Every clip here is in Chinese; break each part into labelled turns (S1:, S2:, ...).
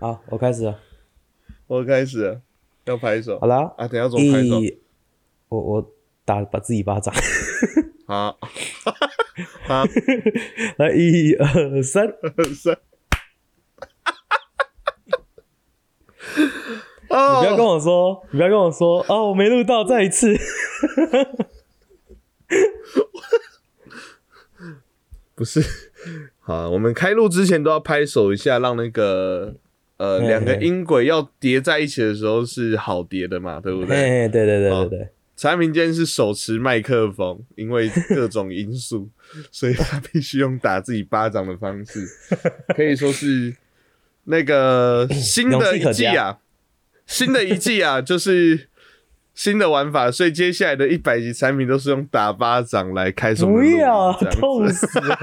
S1: 好，我开始了。
S2: 我开始了要拍手
S1: 好啦，
S2: 啊！等一下怎么拍手？
S1: 一，我我打把自己巴掌。
S2: 啊啊！
S1: 来，一二三，
S2: 三，
S1: 你不要跟
S2: 哦，
S1: 我说，你不要跟我说，哦，我没录到，再一次。
S2: 不是，好，我们开录之前都要拍手一下，让那个呃
S1: 嘿
S2: 两个
S1: 嘿
S2: 音轨要叠在一起的时候是好叠的嘛，对不对？
S1: 嘿嘿，哎对对对对
S2: 哦
S1: 对，
S2: 产品今天是手持麦克风，因为各种 因素，所以他必须用打自己巴掌的方式，可以说是那个新的一季
S1: 勇气可
S2: 啊，新的一 季啊，就是新的玩法，所以接下来的一百集产品都是用打巴掌来开什么
S1: 不要，
S2: 这样子
S1: 痛死了。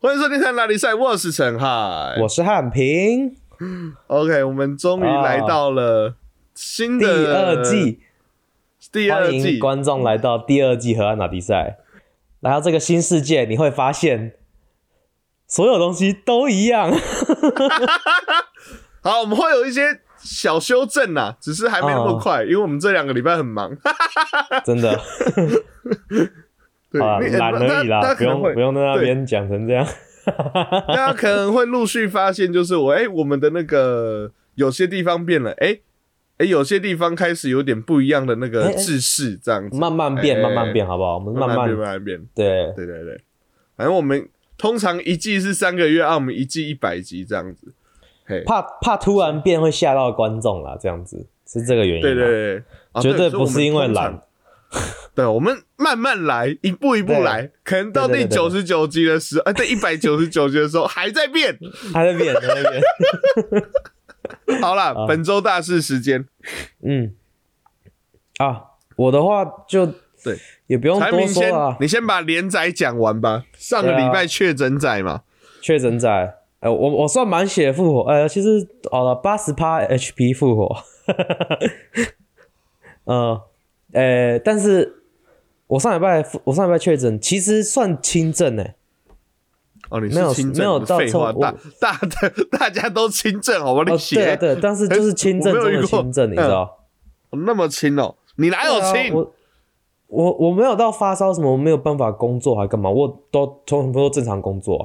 S2: 欢迎收听《看拉力赛》，我是陈海。
S1: 我是汉平，
S2: OK，我们终于
S1: 啊
S2: 来到了新
S1: 第
S2: 的
S1: 二，季，
S2: 第二
S1: 欢迎
S2: 季，
S1: 观众来到第二季河岸打比赛。来到这个新世界，你会发现所有东西都一 样。
S2: 好，我们会有一些小修正啦，只是还没那么
S1: 哦
S2: 快，因为我们这两个礼拜很忙。
S1: 真的
S2: 对，
S1: 啊，
S2: 你
S1: 懒而已
S2: 大
S1: 啦，不
S2: 家可能
S1: 用
S2: 会，
S1: 不用在那
S2: 对
S1: 边讲成这样。
S2: 大家可能会陆续发现，就是我哎、我们的那个有些地方变了，哎、哎、有些地方开始有点不一样的那
S1: 哎
S2: 个
S1: 哎
S2: 制式，这样子，
S1: 慢慢变，
S2: 哎
S1: 慢慢变，好不好？我们
S2: 慢
S1: 慢
S2: 变，慢慢变，
S1: 对
S2: 对对对，反正我们通常一季是三个月，啊，我们一季一百集这样子，嘿，
S1: 怕怕突然变会吓到观众啦，这样子是这个原因。
S2: 对对，对，啊
S1: 绝对
S2: 对所以
S1: 不
S2: 我
S1: 是
S2: 们
S1: 因为
S2: 通常
S1: 懒。
S2: 对，我们慢慢来，一步一步
S1: 对
S2: 来，可能到
S1: 对
S2: 第
S1: 对对
S2: 九
S1: 对
S2: 十九集的时候，啊，对，一百九十九集的时候还在变。
S1: 他在变，他在变。
S2: 好啦，
S1: 啊
S2: 本周大事时间，
S1: 嗯，啊，我的话就
S2: 对，
S1: 也不用
S2: 财
S1: 多
S2: 明
S1: 说
S2: 先
S1: 了啊，。
S2: 你先把连载讲完吧。上个
S1: 对啊
S2: 礼拜确诊仔嘛，
S1: 确诊仔，呃，我我算满血复活，呃，其实好了，八十趴 HP 复活， 嗯，呃，但是我上礼拜复我上礼拜确诊，其实算轻症欸诶、
S2: 哦，你是
S1: 没有
S2: 轻
S1: 没有
S2: 症，
S1: 到
S2: 废话，
S1: 错
S2: 大大的大家都轻症，好吧？你
S1: 哦，对啊
S2: 写
S1: 对啊，但是就是轻症
S2: 我没有
S1: 中
S2: 遇
S1: 的
S2: 过嗯
S1: 轻症，你知道？
S2: 那么轻哦，你哪有
S1: 对啊
S2: 轻？
S1: 我我我没有到发烧什么，我没有办法工作还干嘛，我都从都正常工作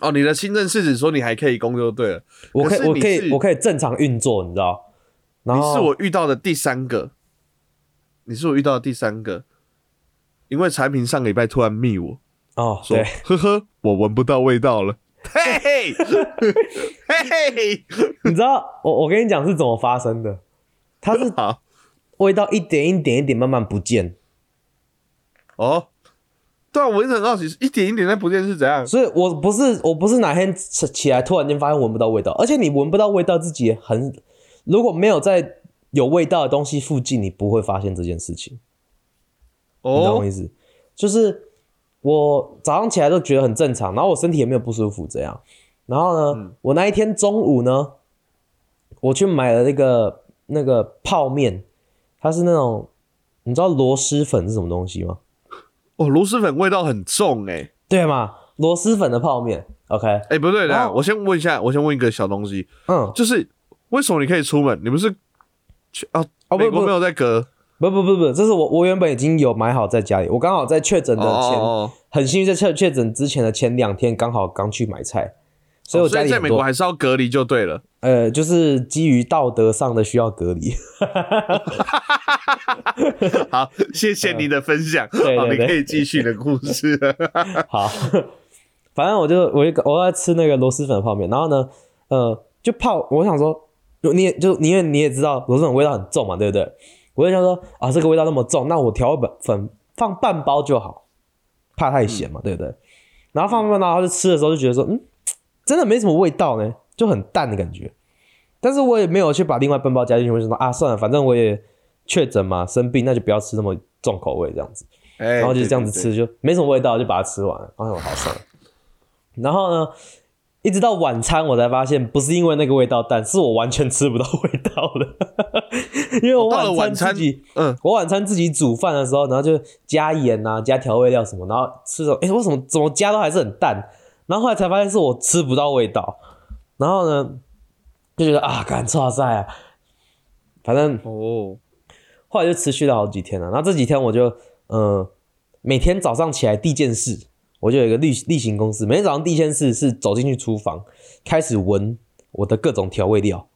S1: 啊、
S2: 哦，你的轻症是指说你还可以工就对了。
S1: 我可
S2: 可
S1: 以
S2: 是
S1: 我
S2: 你
S1: 可以
S2: 是
S1: 我可以正常运作，你知道？然
S2: 你
S1: 后
S2: 是我遇到的第三个，你是我遇到的第三个，因为产品上个礼拜突然密我
S1: 哦，
S2: 说
S1: 对，：“
S2: 呵呵，我闻不到味道了。”嘿嘿，嘿嘿，
S1: 你知道我我跟你讲是怎么发生的？它是
S2: 好
S1: 味道一点一点一点慢慢不见，
S2: 哦。对啊，我一直很好奇，一点一点在不见是怎样？
S1: 所以我不是我不是哪天起起来突然间发现闻不到味道，而且你闻不到味道自己也很，如果没有在有味道的东西附近，你不会发现这件事情，你懂
S2: 哦
S1: 我意思？就是我早上起来都觉得很正常，然后我身体也没有不舒服这样，然后呢，
S2: 嗯
S1: 我那一天中午呢，我去买了那个那个泡面，它是那种你知道螺蛳粉是什么东西吗？
S2: 哦，螺蛳粉味道很重哎、欸、
S1: 对嘛，螺蛳粉的泡面，OK，
S2: 哎、不对
S1: 然
S2: 的，
S1: 后
S2: 我先问一下，我先问一个小东西，
S1: 嗯，
S2: 就是为什么你可以出门？你不是去啊？
S1: 哦不
S2: 美国
S1: 不
S2: 没有在隔
S1: 不不不不，这是我我原本已经有买好在家里，我刚好在确诊
S2: 哦
S1: 的前，
S2: 哦哦，
S1: 很幸运在确确诊之前的前两天刚好刚去买菜，所以我
S2: 哦所
S1: 家
S2: 以
S1: 里
S2: 在
S1: 很
S2: 美
S1: 多
S2: 国还是要隔离就对了。
S1: 呃，就是基于道德上的需要隔离，
S2: 好，谢谢你的分享。
S1: 嗯对
S2: 好，你
S1: 对
S2: 可以继续你的故 事。
S1: 好，反正我就我就我要吃那个螺蛳粉泡面，然后呢，呃，就泡，我想说，你也就你也你也知道螺蛳粉味道很重嘛，对不对？我就想说啊，这个味道那么重，那我调粉粉放半包就好，怕太咸嘛，对不对？然后放半包，然后就吃的时候就觉得说，嗯，真的没什么味道呢，就很淡的感觉。但是我也没有去把另外半包加进去，我就想说啊，算了，反正我也确诊嘛，生病那就不要吃那么重口味这样子。
S2: 然
S1: 哎然后就这样子吃，就没什么味道，就把它吃完了。然后我好爽。然后呢，一直到晚餐我才发现，不是因为那个味道淡，是我完全吃不到味道了。 因为我
S2: 哎哦到了
S1: 晚
S2: 晚
S1: 餐
S2: 餐
S1: 自己，
S2: 嗯，
S1: 我晚餐自己煮饭的时候，然后就加盐啊，加调味料什么，然后吃什么，哎、为什么怎么加都还是很淡？然后后来才发现是我吃不到味道，然后呢就觉得啊，赶错赛啊，反正
S2: 哦，
S1: 后来就持续了好几天了、然后这几天我就嗯、呃每天早上起来第一件事，我就有一个例例行公事，每天早上第一件事是走进去厨房，开始闻我的各种调味料。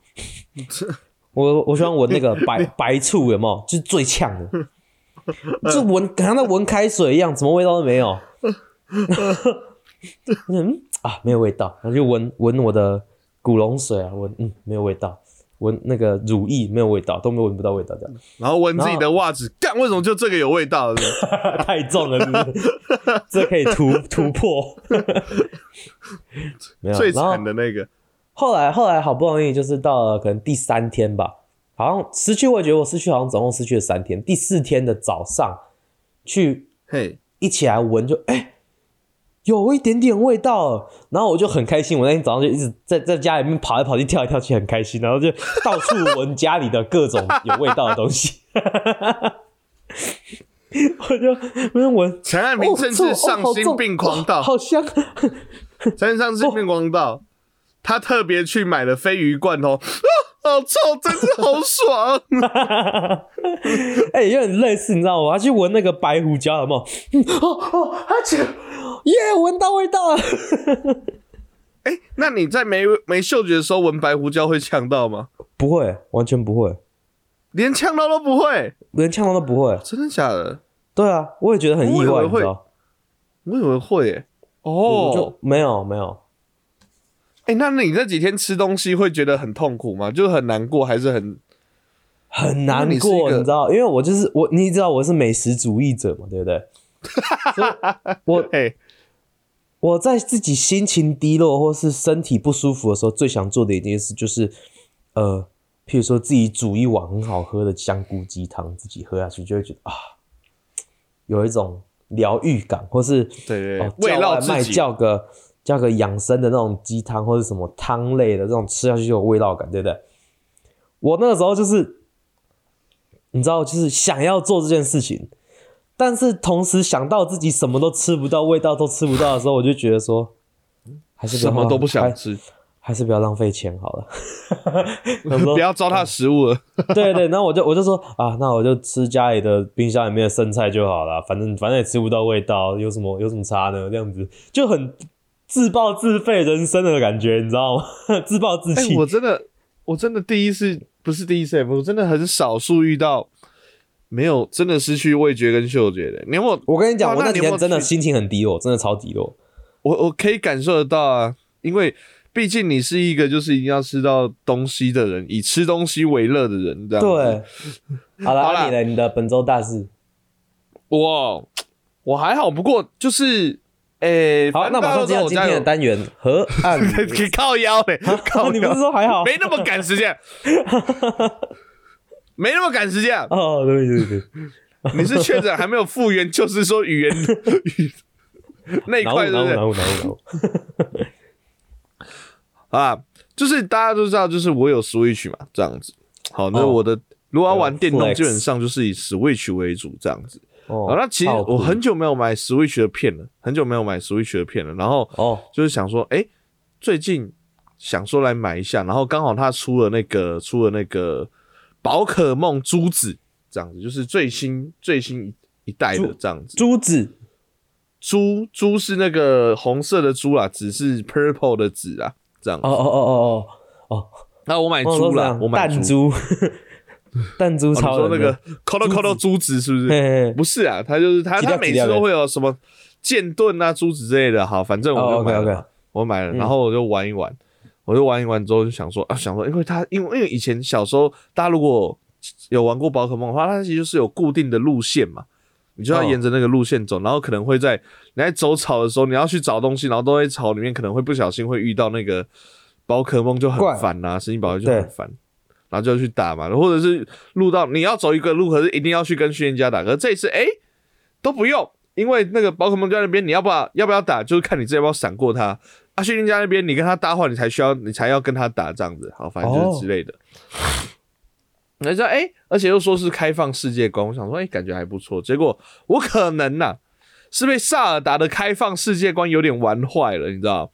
S1: 我我喜欢闻那个白白醋，有没有？就是最呛的，就闻，好像在闻开水一样，什么味道都没有。 我想嗯啊，没有味道，然后就闻闻我的古龙水啊，闻嗯没有味道，闻那个乳液没有味道，都没有闻不到味道这样。
S2: 然后闻自己的袜子，干，为什么就这个有味道？是不是
S1: 太重了，是不是？这可以 突突破。没有，啊
S2: 最
S1: 然后
S2: 惨的那个，
S1: 后来后来好不容易就是到了可能第三天吧，好像失去味觉，我失去好像总共失去了三天。第四天的早上去
S2: 嘿，
S1: 一起来闻就，哎，有一点点味道了，然后我就很开心。我那天早上就一直在在家里面跑来跑去、跳来跳去，很开心，然后就到处闻家里的各种有味道的东西。 我就我就闻，
S2: 陈 汉明甚至上心病狂
S1: 哦
S2: 到，
S1: 好香！
S2: 陈汉明上心病狂到，他特别去买了鲱鱼罐头，啊，好臭，真是好爽。
S1: 哎、有点类似，你知道吗？我要去闻那个白胡椒，有没有？嗯哦哦，哈啾！耶，闻到味道了。
S2: 哎、那你在没没嗅觉的时候闻白胡椒会呛到吗？
S1: 不会，完全不会，
S2: 连呛到都不会，
S1: 连呛到都不会。
S2: 真的假的？
S1: 对啊，我也觉得很意
S2: 我以
S1: 外，
S2: 为
S1: 你
S2: 会
S1: 知道？
S2: 我以为会耶、
S1: 我
S2: 哦
S1: 就，没有没有，
S2: 哎、那你这几天吃东西会觉得很痛苦吗？就很难过，还是很
S1: 很难
S2: 因为你是一
S1: 过，
S2: 个
S1: 你知道？因为我就是我，你知道我是美食主义者嘛，对不对？所以我
S2: 哎、
S1: 我在自己心情低落或是身体不舒服的时候，最想做的一件事就是，呃，譬如说自己煮一碗很好喝的香菇鸡汤，自己喝下去就会觉得啊，有一种疗愈感，或是
S2: 对对对
S1: 哦、
S2: 慰
S1: 叫
S2: 劳
S1: 外
S2: 自
S1: 卖
S2: 己
S1: 叫个叫个养生的那种鸡汤或者什么汤类的这种吃下去就有味道感，对不对？我那个时候就是，你知道，就是想要做这件事情，但是同时想到自己什么都吃不到，味道都吃不到的时候，我就觉得说，还是不要
S2: 什么都不想
S1: 还
S2: 吃，
S1: 还是不要浪费钱好 了。我说哦
S2: 不要糟蹋食 物了。
S1: 对对，然后我就我就说啊，那我就吃家里的冰箱里面的剩菜就好了，反正反正也吃不到味道，有什么有什么差呢？这样子就很自暴自废人生的感觉，你知道吗？ 自暴自
S2: 哎、
S1: 弃。
S2: 我真的，我真的第一次不是第一次，哎我真的很少数遇到没有真的失去味觉跟嗅觉的。你有没有？
S1: 我跟你讲，
S2: 哇
S1: 我
S2: 那
S1: 那
S2: 你
S1: 几
S2: 有没
S1: 天
S2: 有
S1: 真的
S2: 去
S1: 心情很低落，真的超低落。
S2: 我我可以感受得到啊，因为毕竟你是一个就是一定要吃到东西的人，以吃东西为乐的人，这样子。
S1: 对，好了，那
S2: 好啦
S1: 你呢？你的本周大事。
S2: 哇，我还好，不过就是，诶、
S1: 好，
S2: 反
S1: 那
S2: 正
S1: 马上进
S2: 大家
S1: 入
S2: 都知
S1: 今
S2: 道我
S1: 天的单元 河岸。
S2: 家有靠 腰嘞、靠腰，
S1: 你不是说还好？
S2: 没那么赶时 间，没那么赶时间。
S1: 哦，对对对，对
S2: 你是确诊还没有复原，就是说语言语那一
S1: 脑雾
S2: 块，
S1: 脑雾
S2: 对不对
S1: 脑？雾脑雾脑雾。
S2: 啊，就是大家都知道，就是我有 Switch 嘛，这样子。好，那
S1: 哦
S2: 我的、如果要玩电动，
S1: Flex
S2: 基本上就是以 Switch 为主，这样子。
S1: 哦
S2: 好，那其实
S1: 靠谱
S2: 我很久没有买 Switch 的片了，很久没有买 Switch 的片了。然后
S1: 哦
S2: 就是想说，哎、最近想说来买一下，然后刚好他出了那个出了那个宝可梦珠子，这样子就是最新最新一一代的
S1: 珠
S2: 这样子。
S1: 珠子
S2: 珠珠是那个红色的珠啦，紫是 purple 的紫啊，这样
S1: 哦。哦哦哦哦哦，
S2: 那我买
S1: 我想说
S2: 珠
S1: 这
S2: 哎啦
S1: 样，
S2: 我买
S1: 弹
S2: 珠。
S1: 珠， 弹珠
S2: 哦你
S1: 超
S2: 说
S1: 人
S2: 那
S1: 的
S2: 个 colo colo 珠子是不
S1: 嘿
S2: 是？
S1: 嘿嘿
S2: 不是啊，他就是他，
S1: 几条
S2: 他
S1: 几
S2: 每
S1: 条
S2: 次
S1: 的
S2: 都会有什么剑盾啊、珠子之类的。好，反正我
S1: 哦
S2: 就买了嘛
S1: ，OK，OK
S2: 我买
S1: 嗯
S2: 了，然后我就玩一玩，我就玩一玩之后就想说啊，想说，因为他因为因为以前小时候大家如果有玩过宝可梦的话，它其实就是有固定的路线嘛。你就要
S1: 哦
S2: 沿着那个路线走，然后可能会在你在走草的时候，你要去找东西，然后都在草里面可能会不小心会遇到那个宝可梦，就很
S1: 怪
S2: 烦呐、神奇宝贝就
S1: 对
S2: 很烦。然后就去打嘛，或者是录到你要走一个路，可是一定要去跟训练家打。可是这一次哎、诶都不用，因为那个宝可梦就在那边，你要不要要不要打，就是看你自己要不要闪过它啊。啊，训练家那边你跟他搭话，你才需要你才要跟他打这样子，好，反正就
S1: 哦
S2: 是之类的。人家哎，而且又说是开放世界观，我想说哎、感觉还不错。结果我可能呐、是被萨尔达的开放世界观有点玩坏了，你知道吗？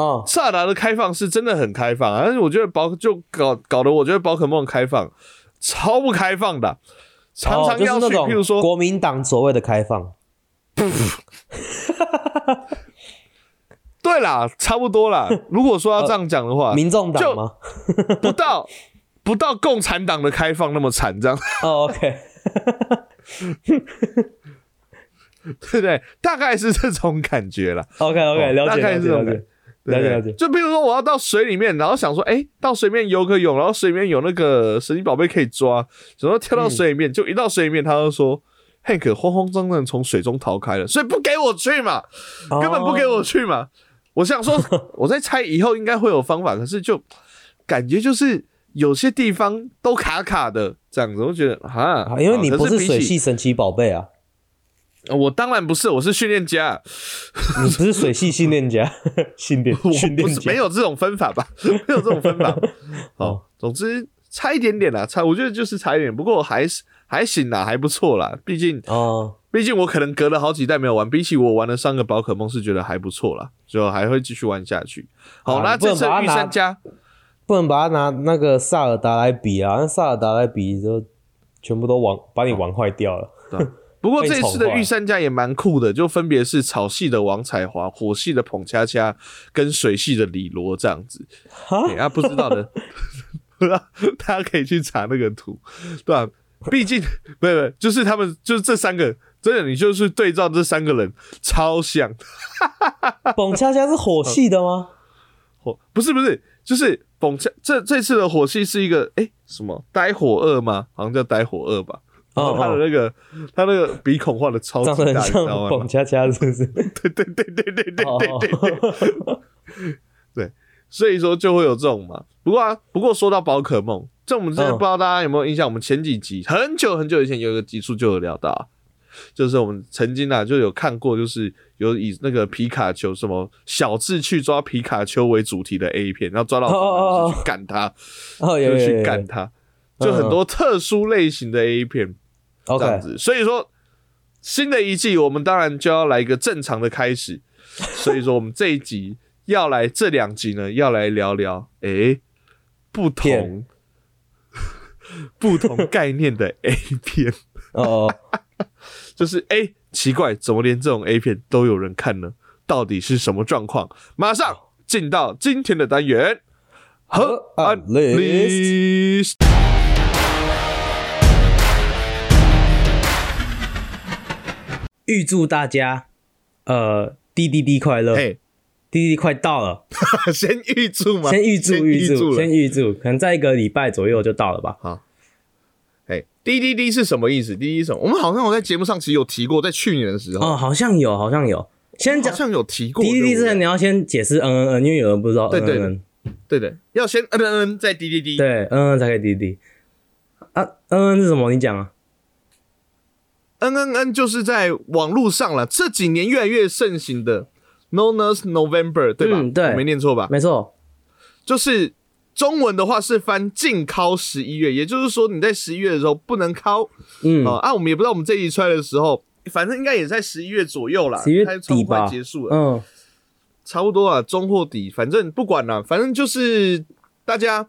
S1: 嗯，
S2: 萨尔达的开放是真的很开放啊，但是我觉得宝就搞搞得我觉得宝可梦开放超不开放的，啊常
S1: 哦
S2: 常
S1: 就是
S2: 要去，
S1: 那种
S2: 譬如说
S1: 国民党所谓的开放，
S2: 对啦，差不 多啦。如果说要这样讲的话，
S1: 民众党吗？
S2: 不到 不到共产党的开放那么惨，这样
S1: 哦，OK，
S2: 对不对？大概是这种感觉啦。
S1: OK OK，
S2: 哦
S1: 了解
S2: 大概
S1: 了
S2: 是
S1: 解
S2: 这种
S1: 了解
S2: 感觉。对不对
S1: 了解了解
S2: 就比如说我要到水里面，然后想说，哎，到水里面游个泳，然后水里面有那个神奇宝贝可以抓，想说跳
S1: 嗯
S2: 到水里面，就一到水里面，他就说。Hank 慌慌张张地从水中逃开了，所以不给我去嘛，根本不给我去嘛。我想说，
S1: 哦
S2: 我在猜以后应该会有方法，可是就感觉就是有些地方都卡卡的这样子，我觉得哈
S1: 哦，因为你
S2: 啊
S1: 不
S2: 可
S1: 是
S2: 比
S1: 水
S2: 起呃
S1: 系神奇宝贝 啊，
S2: 我当然不是，我是训练家，
S1: 你不是水系训练家， 训练
S2: 我
S1: 训
S2: 不
S1: 练
S2: 是
S1: 家
S2: 没。有这种分法吧？没有这种分法。
S1: 哦
S2: 好，总之差一点点啦，差我觉得就是差一点，不过还是还行啦，还不错啦。毕竟
S1: 哦，
S2: 毕竟我可能隔了好几代没有玩，比起我玩了三个宝可梦是觉得还不错啦，就还会继续玩下去。好，
S1: 啊
S2: 那
S1: 你不
S2: 这
S1: 能
S2: 次
S1: 把它
S2: 御
S1: 拿
S2: 三家
S1: 不能把它拿那个萨尔达来比啊，那萨尔达来比就全部都玩把你玩坏掉 了。
S2: 对啊不过
S1: 被
S2: 这一
S1: 宠
S2: 次的
S1: 坏
S2: 御三家也蛮酷的，就分别是草系的王彩华、火系的彭恰恰跟水系的李罗这样子。
S1: 哈
S2: 对啊，不知道的， 不知道大家可以去查那个图，对吧、毕竟 不是不是，就是他们就是这三个，真的你就是对照这三个人超像，
S1: 蹦恰恰是火系的吗？
S2: 火不是不是，就是彭恰这这次的火系是一个哎、什么呆火二吗？好像叫呆火二吧。然后他的
S1: 哦
S2: 那个，他那个鼻孔画的超
S1: 哦，
S2: 级
S1: 长
S2: 大，
S1: 得
S2: 你
S1: 很
S2: 知
S1: 像
S2: 道吗
S1: 蹦？恰恰是不是？
S2: 对对对对对对
S1: 哦
S2: 对对对，所以说就会有这种嘛。不过啊，不过说到宝可梦，这我们之前
S1: 嗯
S2: 不知道大家有没有印象，我们前几集很久很久以前有一个集数就有聊到、啊，就是我们曾经啊就有看过，就是有以那个皮卡丘什么小智去抓皮卡丘为主题的 A 片，然后抓到
S1: 哦哦哦嗯
S2: 就是去干他，
S1: 哦，有
S2: 就
S1: 有有
S2: 去
S1: 有
S2: 干
S1: 有
S2: 他，就很多特殊类型的 A 片。这样
S1: ，OK，
S2: 子。所以说，新的一季我们当然就要来一个正常的 开始。所以说，我们这一集要来这两集呢，要来聊聊诶、不同
S1: 片
S2: 不同概念的 A 片，
S1: 哦哦，
S2: 就是诶、奇怪，怎么连这种 A 片都有人看呢？到底是什么状况？马上进到今天的单元。和
S1: 河岸 list 预祝大家呃滴滴滴快乐，滴
S2: 哎，
S1: 滴滴快到了，
S2: 先预祝吗？
S1: 先预祝预祝，
S2: 了
S1: 先预祝，可能在一个礼拜左右就到了吧。
S2: 哎，滴滴滴是什么意思？滴滴是什么？我们好像有在节目上其实有提过，在去年的时候，
S1: 哦，好像有，好像有。先
S2: 好
S1: 讲
S2: 像有提过。
S1: 滴滴滴之
S2: 对不
S1: 前，你
S2: 对
S1: 要先解释嗯嗯嗯，因为有人不知道嗯
S2: 对对
S1: 嗯嗯。
S2: 对对，要先嗯嗯嗯，再滴滴滴。
S1: 对，嗯嗯才可以滴滴。啊，嗯嗯是什么？你讲啊。
S2: 嗯嗯嗯，就是在网络上了，这几年越来越盛行的 No n e s November，对吧？
S1: 嗯对
S2: 我没念错吧？
S1: 没错，
S2: 就是中文的话是翻禁靠十一月，也就是说你在十一月的时候不能靠
S1: 嗯，
S2: 啊啊！我们也不知道我们这一集出来的时候，反正应该也在十一月左右啦，
S1: 十一月
S2: 它差不
S1: 底
S2: 多快
S1: 吧，
S2: 结束了。
S1: 嗯，
S2: 差不多啊，中或底，反正不管了，反正就是大家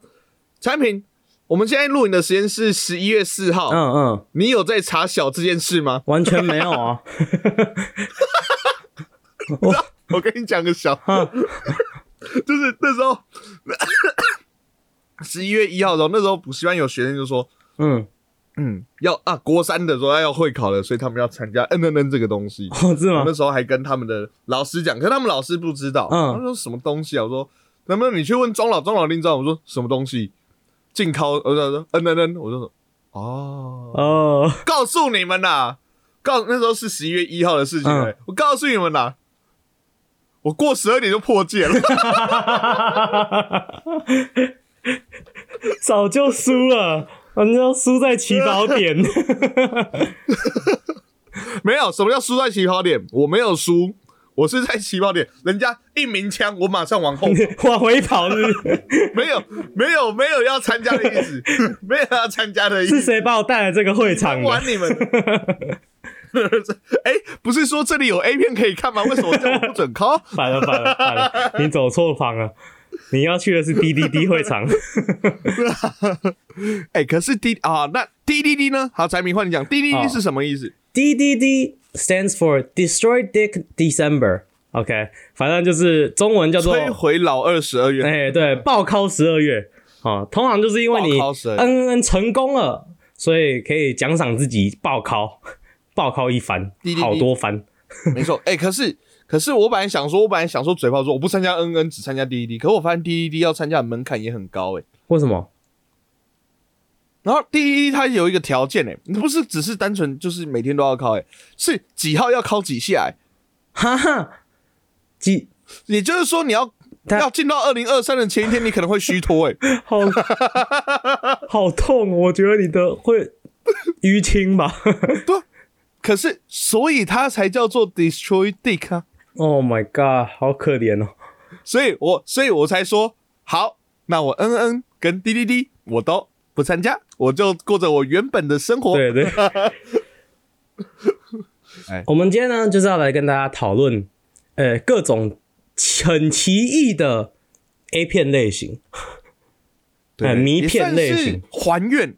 S2: 产品。我们现在录影的时间是十一月四号，
S1: 嗯嗯，
S2: 你有在查小这件事吗？
S1: 完全没有 啊。
S2: 我跟你讲个小，就是那时候 十一月一号的时候，那时候补习班有学生就说，
S1: 嗯，
S2: 嗯，要啊国三的时候要会考了，所以他们要参加 N N N 这个东西。
S1: 哦，是
S2: 我
S1: 吗
S2: 那？时候还跟他们的老师讲，可是他们老师不知道，
S1: 嗯
S2: 他们说什么东西啊？我说能不能你去问钟老，钟老令知道？我说什么东西？进考，我说说嗯嗯嗯，我就说哦，
S1: 哦，
S2: 告诉你们啦，告那时候是十一月一号的事情、
S1: 嗯
S2: 欸我告诉你们啦，我过十二点就破戒了，
S1: 早就输了，啊你要输在起跑 点。
S2: 哦没有什么叫输在起跑点，我没有输，我是在起跑点，人家一鸣枪，我马上往后跑，
S1: 往回跑是不是
S2: 没有没有没有要参加的意思， 没有要参加的 意
S1: 是
S2: 思，
S1: 谁把我带来这个会场的？
S2: 管你们。 哎、不是说这里有 A 片可以看吗？为什么叫我不准靠？
S1: 反了反了反了，你走错房了。你要去的是 DDD 会场，
S2: 哎、可是 D 啊，那 D D D 呢？好，柴明换你讲，D D
S1: 哦
S2: D 是什么意思？
S1: DDD stands for Destroy Dick December。OK，反正就是中文叫做
S2: 摧毁老二十二元，
S1: 哎、对，暴靠十二月哦，通常就是因为你
S2: 暴尻12月
S1: 嗯嗯成功了，所以可以奖赏自己暴靠暴靠一番
S2: 滴滴，滴
S1: 好多番。
S2: 没错。哎、可是可是我本来想说，我本来想说嘴炮说我不参加 N N，只参加 D D D，可我发现 D D D 要参加的门槛也很高哎、
S1: 为什么？
S2: 然后 D D D 它有一个条件哎、不是只是单纯就是每天都要考哎、是几号要考几下哎、
S1: 哈哈，几
S2: 也就是说你要
S1: 它
S2: 要进到二零二三的前一天，你可能会虚脱哎、
S1: 好好痛，我觉得你的会淤青吧。
S2: 可是所以它才叫做 destroy dick 啊。
S1: oh my god，好可怜哦。
S2: 所以我所以我才说好，那我嗯嗯跟滴滴滴我都不参加，我就过着我原本的生活。
S1: 对对
S2: 哎。
S1: 我们今天呢，就是要来跟大家讨论，呃，各种很奇异的 A 片类型。哎迷片类型，
S2: 还愿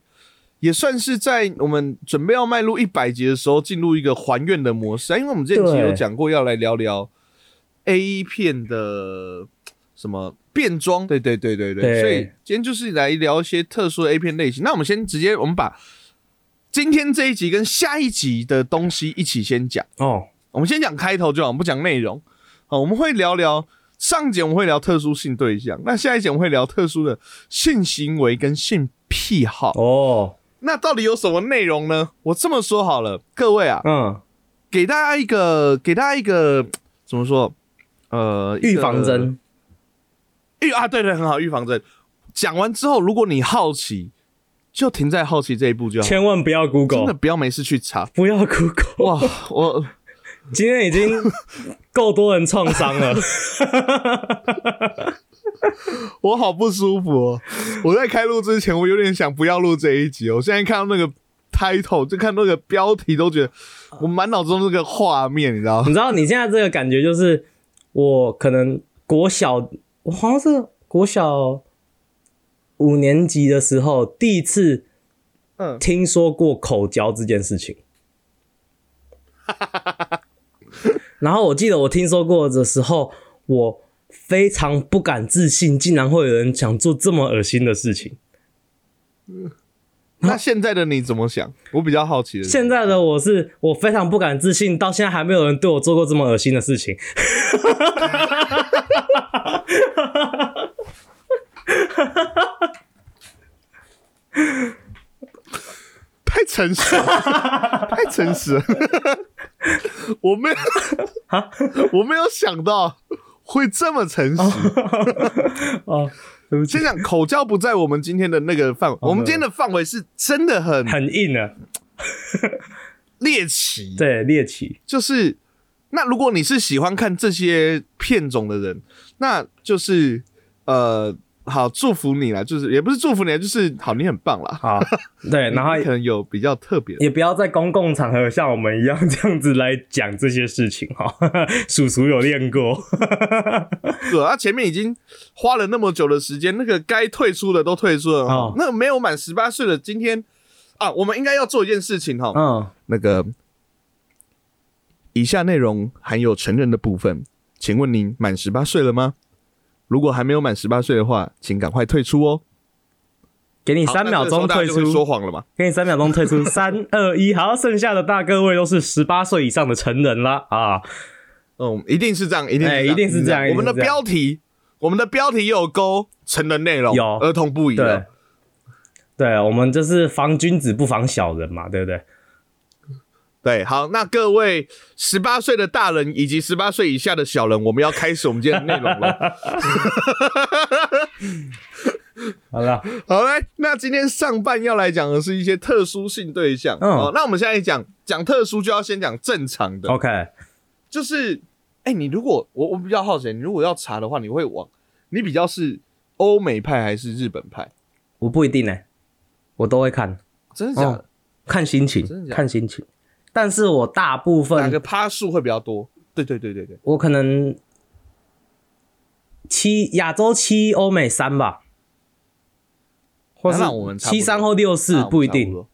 S2: 也算是在我们准备要迈入一百集的时候进入一个还愿的模式啊，因为我们之前
S1: 对
S2: 其实有讲过要来聊聊 A 片的什么。变装，对对对对对，
S1: 对
S2: 所以今天就是来聊一些特殊的 A 片类型。那我们先直接，我们把今天这一集跟下一集的东西一起先讲。
S1: 哦，
S2: 我们先讲开头就好，我们不讲内容。好，我们会聊聊上节，我们会聊特殊性对象；那下一节我们会聊特殊的性行为跟性癖好。
S1: 哦，
S2: 那到底有什么内容呢？我这么说好了，各位啊，
S1: 嗯，
S2: 给大家一个，给大家一个怎么说？呃，一
S1: 预
S2: 个
S1: 防针，
S2: 预啊，对对，很好，预防针。讲完之后，如果你好奇，就停在好奇这一步就好，
S1: 千万不要
S2: 真的
S1: Google，
S2: 不要没事去查。
S1: 不要 Google。
S2: 哇，我
S1: 今天已经够多人创伤 了，
S2: 我好不舒服哦！我在开录之前，我有点想不要录这一集哦。我现在看到那个 title，就看那个标题，都觉得我满脑中那个画面，你知道吗？
S1: 你知道你现在这个感觉就是，我可能国小，我好像是国小五年级的时候第一次
S2: 嗯，
S1: 听说过口交这件事情。然后我记得我听说过的时候，我非常不敢置信，竟然会有人想做这么恶心的事情。
S2: 那现在的你怎么想？我比较好奇的是，
S1: 现在的我是我非常不敢置信，到现在还没有人对我做过这么恶心的事情。
S2: 太诚实了，太诚实了。我没有， 我没有想到会这么诚实。
S1: 哦，对不起，
S2: 先讲口交不在我们今天的那个范围，我们今天的范围是真的很
S1: 很硬啊，
S2: 猎奇。
S1: 对，猎奇，
S2: 就是那如果你是喜欢看这些片种的人，那就是呃，好祝福你啦，就是也不是祝福你啊，就是好你很棒啦。
S1: 好， 对，然后
S2: 你可能有比较特别的，
S1: 也不要在公共场合像我们一样 这样子来讲这些事情哈。叔叔有练 过，
S2: 对啊，前面已经花了那么久的时间，那个该退出的都退出了，
S1: 哦
S2: 哦、那个没有满十八岁的今天啊，我们应该要做一件事情哈，
S1: 嗯，
S2: 那个以下内容含有成人的部分，请问您满十八岁了吗？如果还没有满十八岁的话，请赶快退出哦。
S1: 给你
S2: 好
S1: 三
S2: 那
S1: 秒
S2: 这个时
S1: 钟
S2: 候大家
S1: 退
S2: 就会说
S1: 出，
S2: 谎了嘛？
S1: 给你三秒钟退 出，三二一，好，剩下的大各位都是十八岁以上的成人啦啊！
S2: 嗯，一定是这样，一定
S1: 哎
S2: 是
S1: 一定是这样
S2: 我们的
S1: 一定是这样
S2: 标题，我们的标题也有勾成人内容，
S1: 有
S2: 儿童不宜
S1: 对
S2: 的。，
S1: 对，我们就是防君子不防小人嘛，对不对？
S2: 对，好，那各位十八岁的大人以及十八岁以下的小人，我们要开始我们今天的内容了。
S1: 好了，
S2: 好来，那今天上半要来讲的是一些特殊性对象。
S1: 嗯
S2: 哦，那我们现在讲讲特殊，就要先讲正常的，
S1: OK，
S2: 就是哎、你如果我我比较好奇，你如果要查的话，你会往你比较是欧美派还是日本派？
S1: 我不一定呢、我都会看，
S2: 真的假的？
S1: 看心情
S2: 真的，假的
S1: 看心情。但是我大部
S2: 哪
S1: 分
S2: 个趴数会比较多？对对对对对，
S1: 我可能七亚洲七，欧美三吧，或是
S2: 那我们差不多
S1: 七三或六四
S2: 那我们
S1: 不一
S2: 差
S1: 定
S2: 多。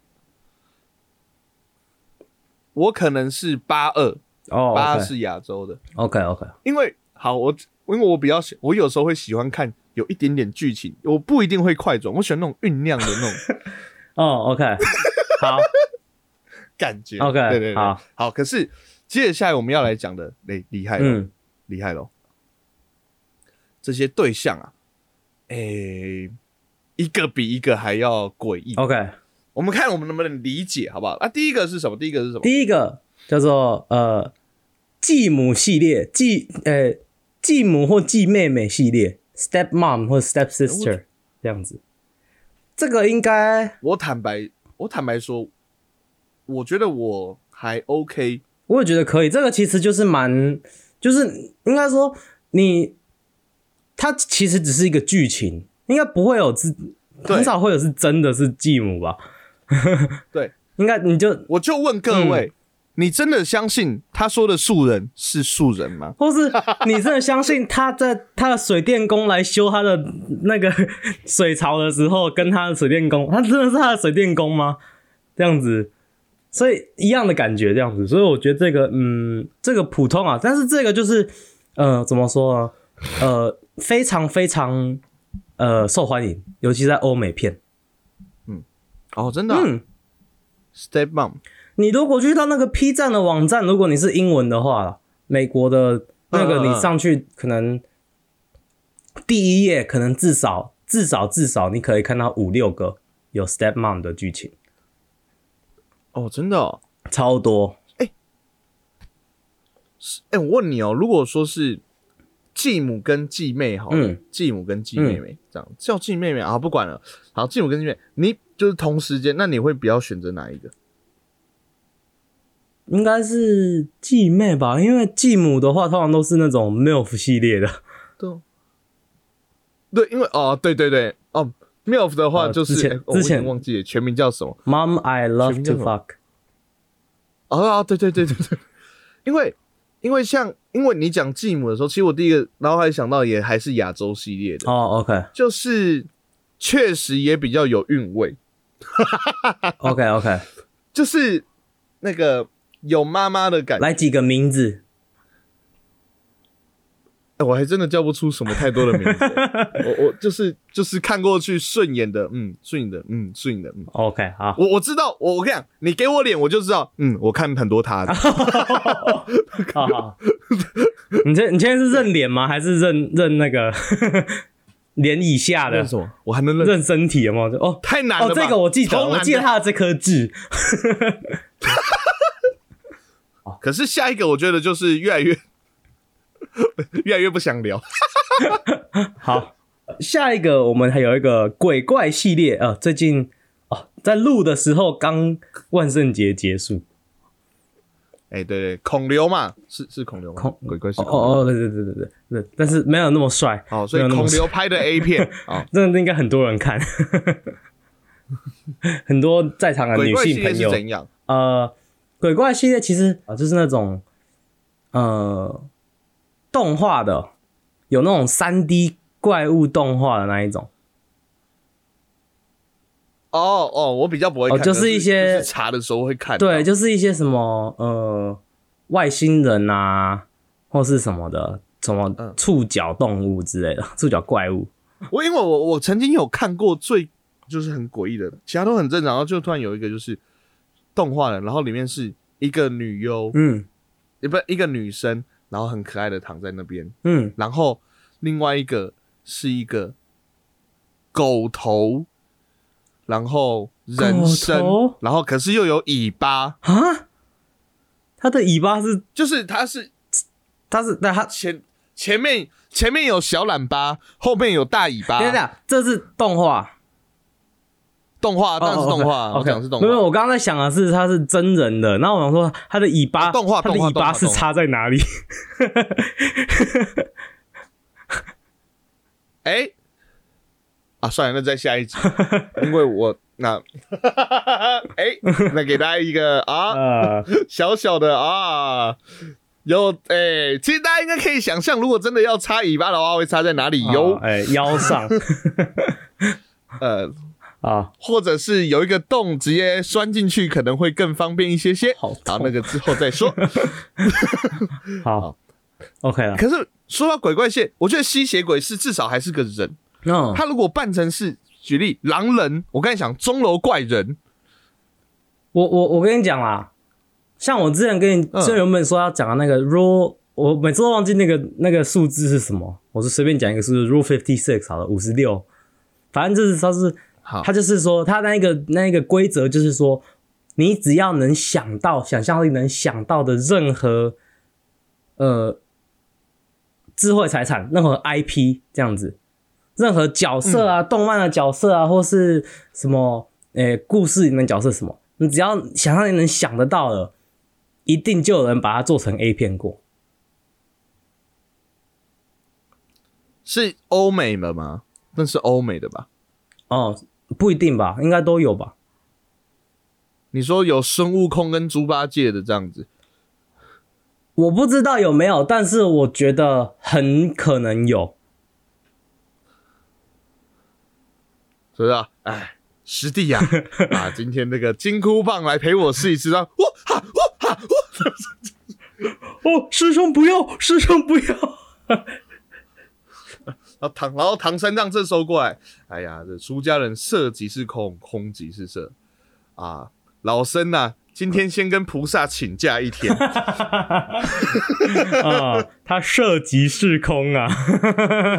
S2: 我可能是八二，
S1: 哦。
S2: 八是亚洲的，
S1: OK OK，
S2: 因为好，我因为我比较喜，我有时候会喜欢看有一点点剧情，我不一定会快转，我喜欢那种酝酿的 那种
S1: 哦 OK，好，
S2: 感觉。
S1: OK，
S2: 对对对，
S1: 好
S2: 好。可是接下来我们要来讲的，嘞，厉害了，
S1: 嗯，
S2: 厉害了，这些对象啊，诶、一个比一个还要诡异。
S1: OK，
S2: 我们看我们能不能理解，好不好？啊，第一个是什么？第一个是什么？
S1: 第一个叫做呃继母系列，继呃继母或继妹妹系列，step mom 或 step sister 这样子。这个应该
S2: 我坦白，我坦白说，我觉得我还 OK，
S1: 我也觉得可以，这个其实就是蛮，就是应该说你它其实只是一个剧情，应该不会有是
S2: 对
S1: 很少会有是真的是继母吧？
S2: 对，
S1: 应该你就
S2: 我就问各位，你真的相信他说的素人是素人吗？
S1: 或是你真的相信他在他的水电工来修他的那个 水槽的时候，跟他的水电工，他真的是他的水电工吗？这样子，所以一样的感觉，这样子，所以我觉得这个，嗯，这个普通啊，但是这个就是，呃，怎么说呢？呃，非常非常呃受欢迎，尤其在欧美片。
S2: 哦，真的、
S1: 嗯，
S2: Step Mom，
S1: 你如果去到那个 P 站的网站，如果你是英文的话，美国的那
S2: 嗯
S1: 个
S2: 嗯嗯
S1: 你上去可能第一页可能至少至少至少你可以看到五六个有 Step Mom 的剧情，
S2: 哦，真的、哦。
S1: 超多。
S2: 哎、我问你哦，如果说是继母跟继妹好了，
S1: 嗯
S2: 继母跟继妹妹、这样叫继妹妹啊，不管了。好，继母跟继妹，你就是同时间，那你会比较选择哪一个？
S1: 应该是继妹吧，因为继母的话通常都是那种 MILF 系列的，
S2: 对哦，对，因为哦，对对对，哦，MILF 的话
S1: 呃
S2: 就是、
S1: 之前
S2: 哎哦我已
S1: 之前
S2: 经忘记了全名叫什么。
S1: Mom I
S2: 全名
S1: love
S2: 叫
S1: to
S2: 什么
S1: fuck。
S2: 啊，对对对对对， 因为因为像因为你讲继母的时候，其实我第一个脑海想到也还是亚洲系列的，
S1: 哦，OK，OK，OK、
S2: 就是确实也比较有韵味，
S1: o k OK OK，
S2: 就是那个有妈妈的感觉。
S1: 来几个名字，
S2: 哎我还真的叫不出什么太多的名 字，我我就是就是看过去顺眼的，嗯，顺眼的，嗯，顺眼的，嗯。
S1: OK，好，
S2: 我我知道，我我跟你讲，你给我脸，我就知道，嗯，我看很多他 的，
S1: 好好。你这你现在是认脸吗？还是认认那个 脸以下的
S2: 认？什么？我还能认，
S1: 认身体有没有？就哦
S2: 太难了
S1: 哦，
S2: 吧。
S1: 这个我记
S2: 超
S1: 得，
S2: 难的
S1: 我记得他的这颗痣。
S2: 可是下一个，我觉得就是越来越 越来越不想聊。
S1: 好，下一个我们还有一个鬼怪系列啊、呃最近哦，在录的时候刚万圣节结束。
S2: 哎、对对，孔刘嘛，是是孔刘吗？
S1: 孔
S2: 鬼鬼是
S1: 哦
S2: 孔刘。
S1: 哦哦，对对对对对对，但是没有那么帅，
S2: 好、所
S1: 没
S2: 以
S1: 有那
S2: 孔
S1: 么帅，
S2: 刘拍的 A 片啊
S1: 真的应该很多人看， 很多在场的
S2: 鬼
S1: 女
S2: 怪系
S1: 性
S2: 列
S1: 朋
S2: 是
S1: 友。
S2: 怎样？
S1: 呃，鬼怪系列其实啊、呃就是那种呃动画的，有那种三 D 怪物动画的那一种。
S2: 哦哦，我比较不会看，
S1: 哦就是
S2: 可
S1: 一些
S2: 就是查的时候会看啊到。
S1: 对，就是一些什么呃外星人啊，或是什么的，什么
S2: 嗯
S1: 触角动物之类的，触角怪物。
S2: 我因为我我曾经有看过最就是很诡异的，其他都很正常，然后就突然有一个就是动画的，然后里面是一个女优，
S1: 嗯
S2: 也、不一个女生，然后很可爱的躺在那边，
S1: 嗯，
S2: 然后另外一个是一个狗头，然后人身
S1: 狗头，
S2: 然后可是又有尾巴，
S1: 啊，它的尾巴是
S2: 就是它是
S1: 它是那它
S2: 前前面前面有小懒巴，后面有大尾巴
S1: 等一下，等一。下这是动画，
S2: 动画，当然是动画，啊我
S1: 哦 OK，
S2: 讲的是动
S1: 没有，
S2: 画。
S1: 我刚刚在想的是它是真人的，然后我想说它的尾巴，
S2: 啊动画
S1: 它的
S2: 动画
S1: 尾巴
S2: 动画
S1: 是插在哪 里？
S2: 哎，啊，算了，那再下一 集，因为我那， 哎，那给大家一个啊
S1: 呃，
S2: 小小的啊。有哎、其实大家应该可以想象，如果真的要插尾巴的话，会插在哪里？有、
S1: 啊哎腰上
S2: 呃，
S1: 啊，
S2: 或者是有一个洞直接钻进去，可能会更方便一些些。
S1: 好痛
S2: 那个之后 再说。
S1: 好，OK 了，
S2: 可是说到鬼怪蟹，我觉得吸血鬼是至少还是个人，
S1: 嗯，
S2: 他如果扮成是举例狼人，我刚才想钟楼怪人，
S1: 我我我跟你讲啦，像我之前跟你
S2: 嗯
S1: 最原本说要讲的那个 rule，、我每次都忘记那个那个数字是什么，我就随便讲一个数字，rule fifty six 好了，五十六，反正就是它是
S2: 好
S1: 它就是说它那一个那一个规则就是说，你只要能想到想象力能想到的任何呃智慧财产，任何 IP 这样子，任何角色
S2: 嗯
S1: 啊，动漫的角色啊，或是什么诶、故事里面的角色什么，你只要想象力能想得到的，一定就有人把它做成 A 片过。
S2: 是欧美的吗？那是欧美的吧？
S1: 哦，不一定吧，应该都有吧。
S2: 你说有孙悟空跟猪八戒的这样子，
S1: 我不知道有没有，但是我觉得很可能有。
S2: 是不是啊？哎，师弟呀、啊，今天那个金箍棒来陪我试一试啊！哇哈哇哈哇！
S1: 哦，师兄不要，师兄不要。
S2: 然后唐，然后唐三藏这时候过来，哎呀，这出家人色即是空，空即是色啊！老僧呐、今天先跟菩萨请假一 天，
S1: 啊、他涉及是空啊。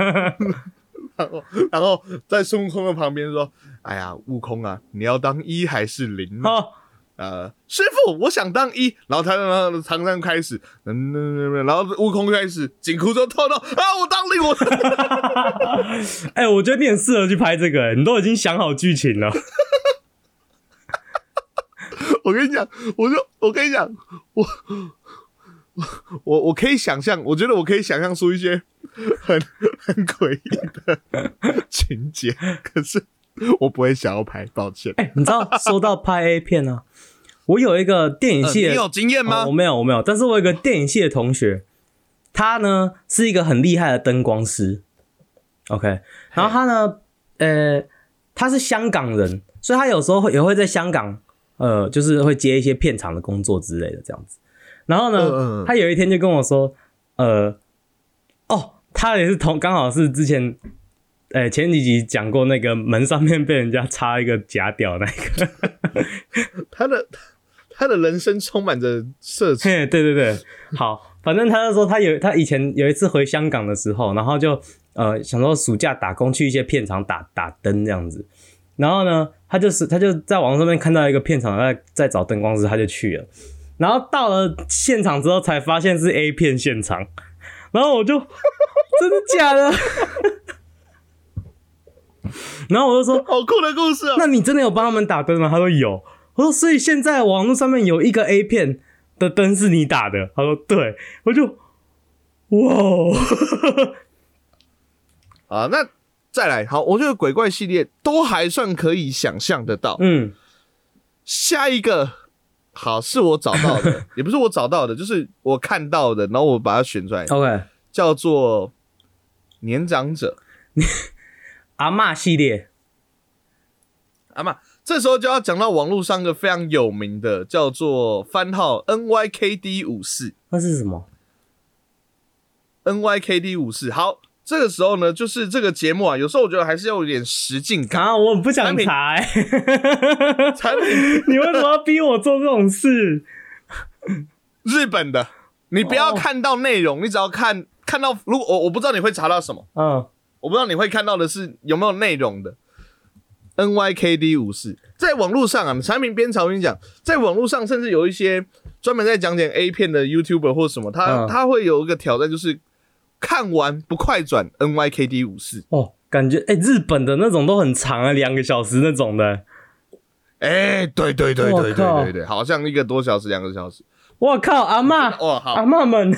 S2: 然后然后在孙悟空的旁边说：“哎呀，悟空啊，你要当一还是零、啊？
S1: 哦，
S2: 呃，师傅，我想当一。”然后他然后唐三开始，嗯，嗯嗯然后悟空开始紧箍咒套到啊，我当零，我
S1: 哎、我觉得你很适合去拍这个、哎你都已经想好剧情了。
S2: 我跟你讲，我就我跟你讲，我我我我可以想象，我觉得我可以想象出一些很很诡异的情节，可是我不会想要拍，抱歉。
S1: 哎、你知道，说到拍 A 片呢、我有一个电影
S2: 呃
S1: 系的、
S2: 经验
S1: 哦我没有，我没有。但是我有一个电影系的同学，他呢是一个很厉害的灯光师，OK。然后他呢，呃，他是香港人，所以他有时候会也会在香港，呃，就是会接一些片场的工作之类的这样子。然后呢，
S2: 嗯嗯嗯
S1: 他有一天就跟我说，呃，哦，他也是同刚好是之前。呃、前几集讲过那个门上面被人家插一个假屌那个，
S2: 他的他的人生充满着色彩，
S1: 嘿，对对对，好，反正他就说他有他以前有一次回香港的时候，然后就呃想说暑假打工去一些片场打打灯这样子，然后呢，他就是他就在网上面看到一个片场在在找灯光师，他就去了，然后到了现场之后才发现是 A 片现场，然后我就 真的假的， 然后我就说
S2: 好酷的故事啊！
S1: 那你真的有帮他们打灯吗？他说有。我说所以现在网络上面有一个 A 片的灯是你打的。他说对。我就哇哦，
S2: 啊，那再来，好，我觉得鬼怪系列都还算可以想象得到。
S1: 嗯
S2: 下一个好是我找到 的，也不是我找到的，就是我看到的，然后我把它选出来。
S1: ，OK，
S2: 叫做年长者
S1: 阿嬷系列
S2: 啊嘛。这时候就要讲到网络上一个非常有名的，叫做番号 NYKD 五四
S1: 那是什么？
S2: ，NYKD 五四。好，这个时候呢，就是这个节目啊，有时候我觉得还是要有点实境感。
S1: 啊，我不想
S2: 产品
S1: 查、 欸，
S2: 产品
S1: 你为什么要逼我做这种事？
S2: 日本的，你不要
S1: 哦
S2: 看到内容，你只要看看到，如果我我不知道你会查到什么，
S1: 嗯，
S2: 我不知道你会看到的是有没有内容的。NYKD 五四，在网络上啊，产品编潮我跟你讲，在网络上甚至有一些专门在讲解 A 片的 YouTuber 或什么，他、
S1: 嗯
S2: 他会有一个挑战，就是看完不快转 NYKD 五四。
S1: 哦，感觉哎、日本的那种都很长啊，两个小时那种的。
S2: 哎、对对对
S1: 我
S2: 对对
S1: 靠
S2: 对对，好像一个多小时、两个小时。
S1: 我靠，阿妈，阿
S2: 哇，哦好，
S1: 妈们，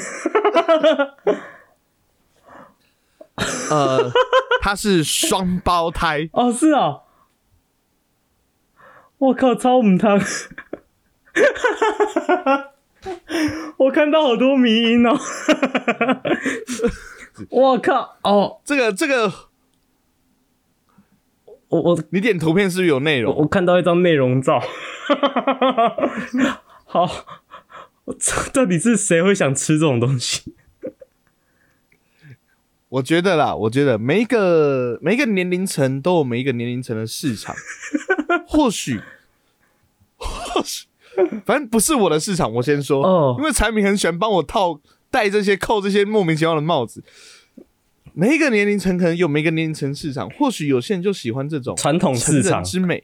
S2: 呃，他是双胞胎，
S1: 哦，是哦，我靠，超母汤， 我看到好多迷音 哦，我靠，哦，
S2: 这个这个，
S1: 我我
S2: 你点图片是不是有内容？
S1: 我看到一张内容照，好，我操到底是谁会想吃这种东西？
S2: 我觉得啦，我觉得每一个每一个年龄层都有每一个年龄层的市 场，或许，或许，反正不是我的市场，我先说，
S1: 哦
S2: 因为产品很喜欢帮我套戴这些扣这些莫名其妙的帽子。每一个年龄层可能有每一个年龄层市场，或许有些人就喜欢这种
S1: 传统市
S2: 成
S1: 场
S2: 人，之美，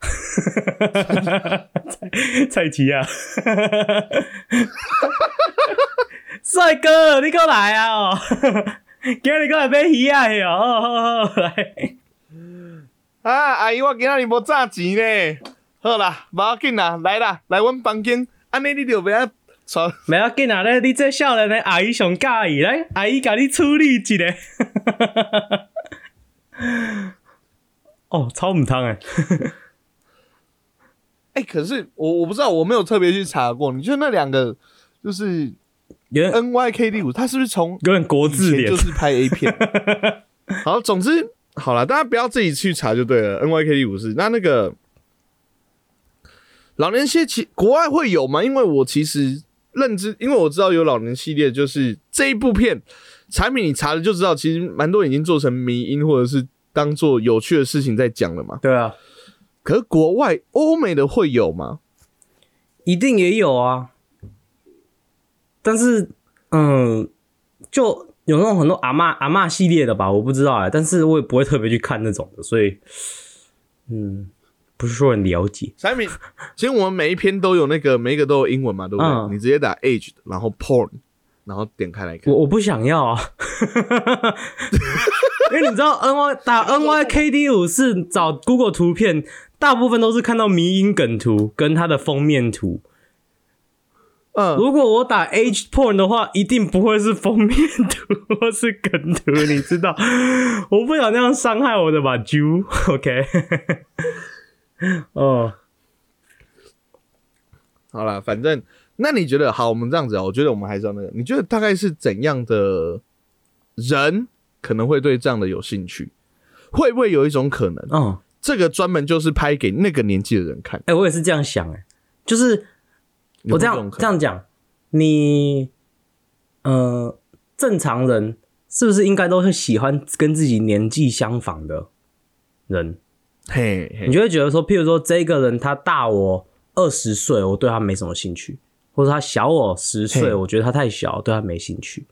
S1: 蔡奇啊亚，帅哥，你过来啊、哦！今日过来买鱼啊哦，好好好来，
S2: 啊，阿姨，我今仔日无炸钱呢。好啦，无要紧啦，来啦，来阮房间，安尼你就袂晓传。
S1: 没要紧啊咧，你这少年的阿姨上介意来，阿姨甲你处理一下。 哦，超唔通诶！
S2: 哎、可是我我不知道，我没有特别去查过。你觉得那两个就是
S1: 有点
S2: N Y K D 五，他是不是从
S1: 有点国
S2: 以
S1: 字
S2: 前
S1: 脸
S2: 就，是拍 A 片？好，总之好了，大家不要自己去查就对了。N Y K D 五是那那个老年系其国外会有吗？因为我其实认知，因为我知道有老年系列，就是这一部片产品，你查了就知道，其实蛮多已经做成迷因或者是当做有趣的事情在讲了嘛。
S1: 对啊，
S2: 可是国外欧美的会有吗？
S1: 一定也有啊，但是嗯，就有那种很多阿嬷阿嬷系列的吧，我不知道哎、但是我也不会特别去看那种的，所以嗯，不是说很了解。
S2: 产品，其实我们每一篇都有那个，每一个都有英文嘛，对不对？
S1: 嗯
S2: 你直接打 age，然后 porn，然后点开来看
S1: 我。我不想要啊， 因为你知道 N Y 打 N Y K D 五是找 Google 图片，大部分都是看到迷因梗图跟它的封面图。
S2: 嗯，
S1: 如果我打 age porn 的话，一定不会是封面图或是梗图，你知道？ 我不想那样伤害我的吧猪 OK，哦，
S2: 好啦，反正那你觉得好？我们这样子啊，我觉得我们还是要那个，你觉得大概是怎样的人可能会对这样的有兴趣？会不会有一种可能，
S1: 哦，
S2: 这个专门就是拍给那个年纪的人看？
S1: 哎、我也是这样想、哎，就是
S2: 有
S1: 哦
S2: 没有
S1: 我这
S2: 种
S1: 样
S2: 可
S1: 这
S2: 能
S1: 样讲，你呃，正常人是不是应该都会喜欢跟自己年纪相仿的人？
S2: 嘿嘿
S1: 你就会觉得说，譬如说这个人他大我二十岁，我对他没什么兴趣；或者他小我十岁，
S2: 嘿
S1: 我觉得他太小，对他没兴趣。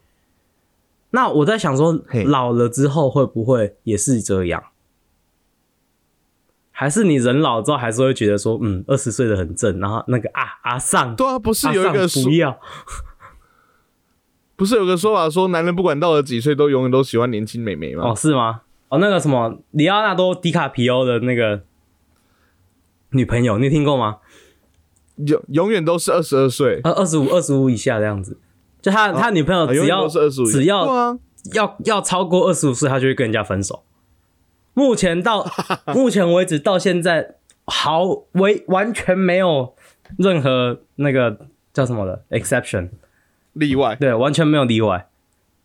S1: 那我在想说
S2: 嘿，
S1: 老了之后会不会也是这样？还是你人老之后还是会觉得说，嗯，二十岁的很正，然后那个啊阿尚
S2: 对啊，不是
S1: 阿
S2: 有一个
S1: 尚
S2: 说
S1: 不，要，
S2: 不是有个说法说，男人不管到了几岁，都永远都喜欢年轻美眉吗？
S1: 哦，是吗？哦，那个什么，里奥纳多·迪卡皮欧的那个女朋友，你有听过吗？
S2: 永永远都是二十二岁，
S1: 呃，二十五、二十五以下这样子，就他、他女朋友
S2: 啊永
S1: 只
S2: 远
S1: 要、
S2: 都是二十五，
S1: 只要、
S2: 对啊，
S1: 要要超过二十五岁，他就会跟人家分手。目前 到目前为止到现在，毫为完全没有任何那个叫什么的 exception，
S2: 例外。
S1: 对，完全没有例外。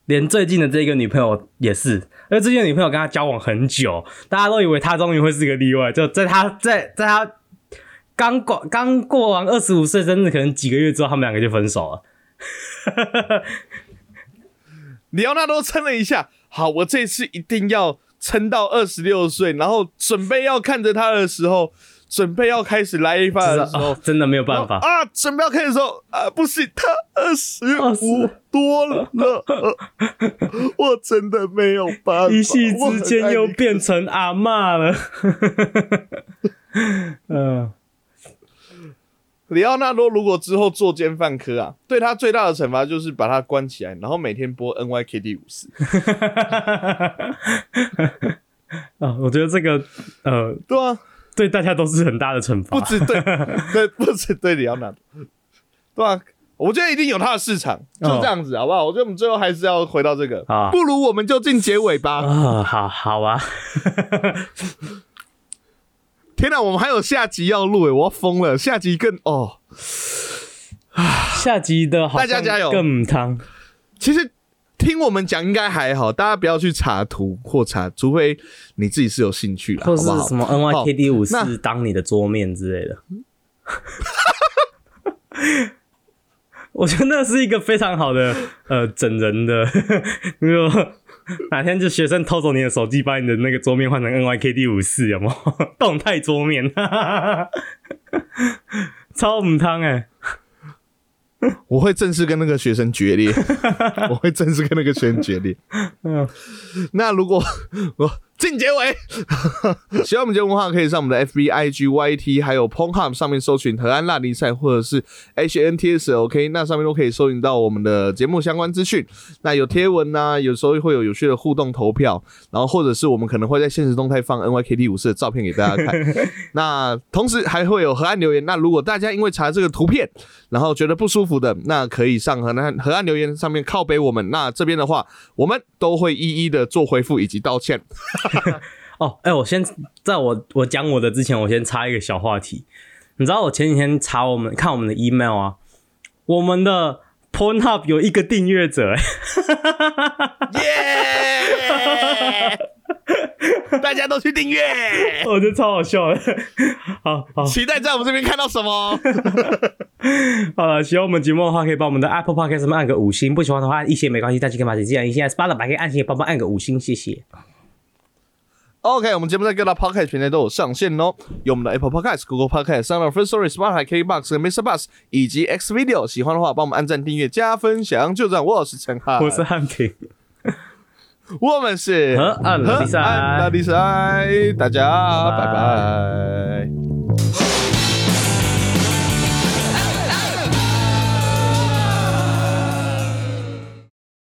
S1: 连最近的这个女朋友也是，而最近的女朋友跟他交往很久，大家都以为他终于会是个例外，就在他在在他刚过刚过完二十五岁生日，可能几个月之后，他们两个就分手了。
S2: 里奥纳多撑了一下，好，我这次一定要撑到二十六岁，然后准备要看着他的时候，准备要开始来一发的时
S1: 就是
S2: 候，
S1: 啊真的没有办
S2: 然后
S1: 法，
S2: 啊，准备要开始的时候啊，不行，他二十五
S1: 25
S2: 多了，呃 我真的没有办法，
S1: 一夕之间又变成阿嬷了。 嗯，
S2: 里奥纳多如果之后作奸犯科啊，对他最大的惩罚就是把他关起来，然后每天播 NYKD 五十。
S1: 啊，我觉得这个呃，
S2: 对啊，
S1: 对大家都是很大的惩罚啊
S2: 不。止对对，不止对李奥纳多，对吧、我觉得一定有它的市场，就这样子，好不好？我觉得我们最后还是要回到这个，
S1: 嗯啊
S2: 不如我们就进结尾吧。
S1: 啊，好好 啊，
S2: 天哪，我们还有下集要录诶，欸我要疯了！下集更哦，
S1: 下集的好像
S2: 大家加油
S1: 更汤
S2: 其实听我们讲应该还好，大家不要去查图或查，除非你自己是有兴趣啦，
S1: 或是
S2: 好不好
S1: 什么 NYKD 五
S2: 那
S1: 四当你的桌面之类的。 我觉得那是一个非常好的呃整人的， 如果哪天就学生偷走你的手机，把你的那个桌面换成 NYKD 五四，有没 有动态桌面？ 超母汤哎！
S2: 我会正式跟那个学生决裂，我会正式跟那个学生决裂。
S1: 嗯，
S2: 那如果 我进结尾， 喜欢我们节目的话，可以上我们的 FB、IG、YT 还有 p o n h u b 上面搜寻荷兰辣力赛或者是 HNTSLK，那上面都可以搜寻到我们的节目相关资讯。那有贴文呐、有时候会有有趣的互动投票，然后或者是我们可能会在现实动态放 NYKD 五四的照片给大家看。那同时还会有河岸留言。那如果大家因为查这个图片，然后觉得不舒服的，那可以上河岸河岸留言上面靠背我们。那这边的话，我们都会一一的做回复以及道 歉。
S1: 哦，哎、我先在我我讲我的之前，我先插一个小话题。你知道我前几天查我们看我们的 email 啊，我们的 Pornhub 有一个订阅者、哎，
S2: 耶！大家都去订阅，
S1: 我觉得哦超好笑的。好好
S2: 期待在我们这边看到什么。
S1: 好了，喜欢我们节目的话，可以帮我们的 Apple Podcast 上面按个五星；不喜欢的话，一些没关系，但请可以把自己按一下 s p o t i f 可以按星，帮忙按个五星，谢谢。
S2: OK，我们节目在各大 Podcast 平台都有上线哦，有我们的 Apple Podcast、Google Podcast、Sound On、First Story、Spotify、KBox 跟 Mr. Bus 以及 X Video。喜欢的话，帮我们按赞、订阅、加分享。就这样，我是陈汉，
S1: 我是汉平，
S2: 我们是
S1: 河岸拉力赛
S2: 河岸拉力赛，大家拜拜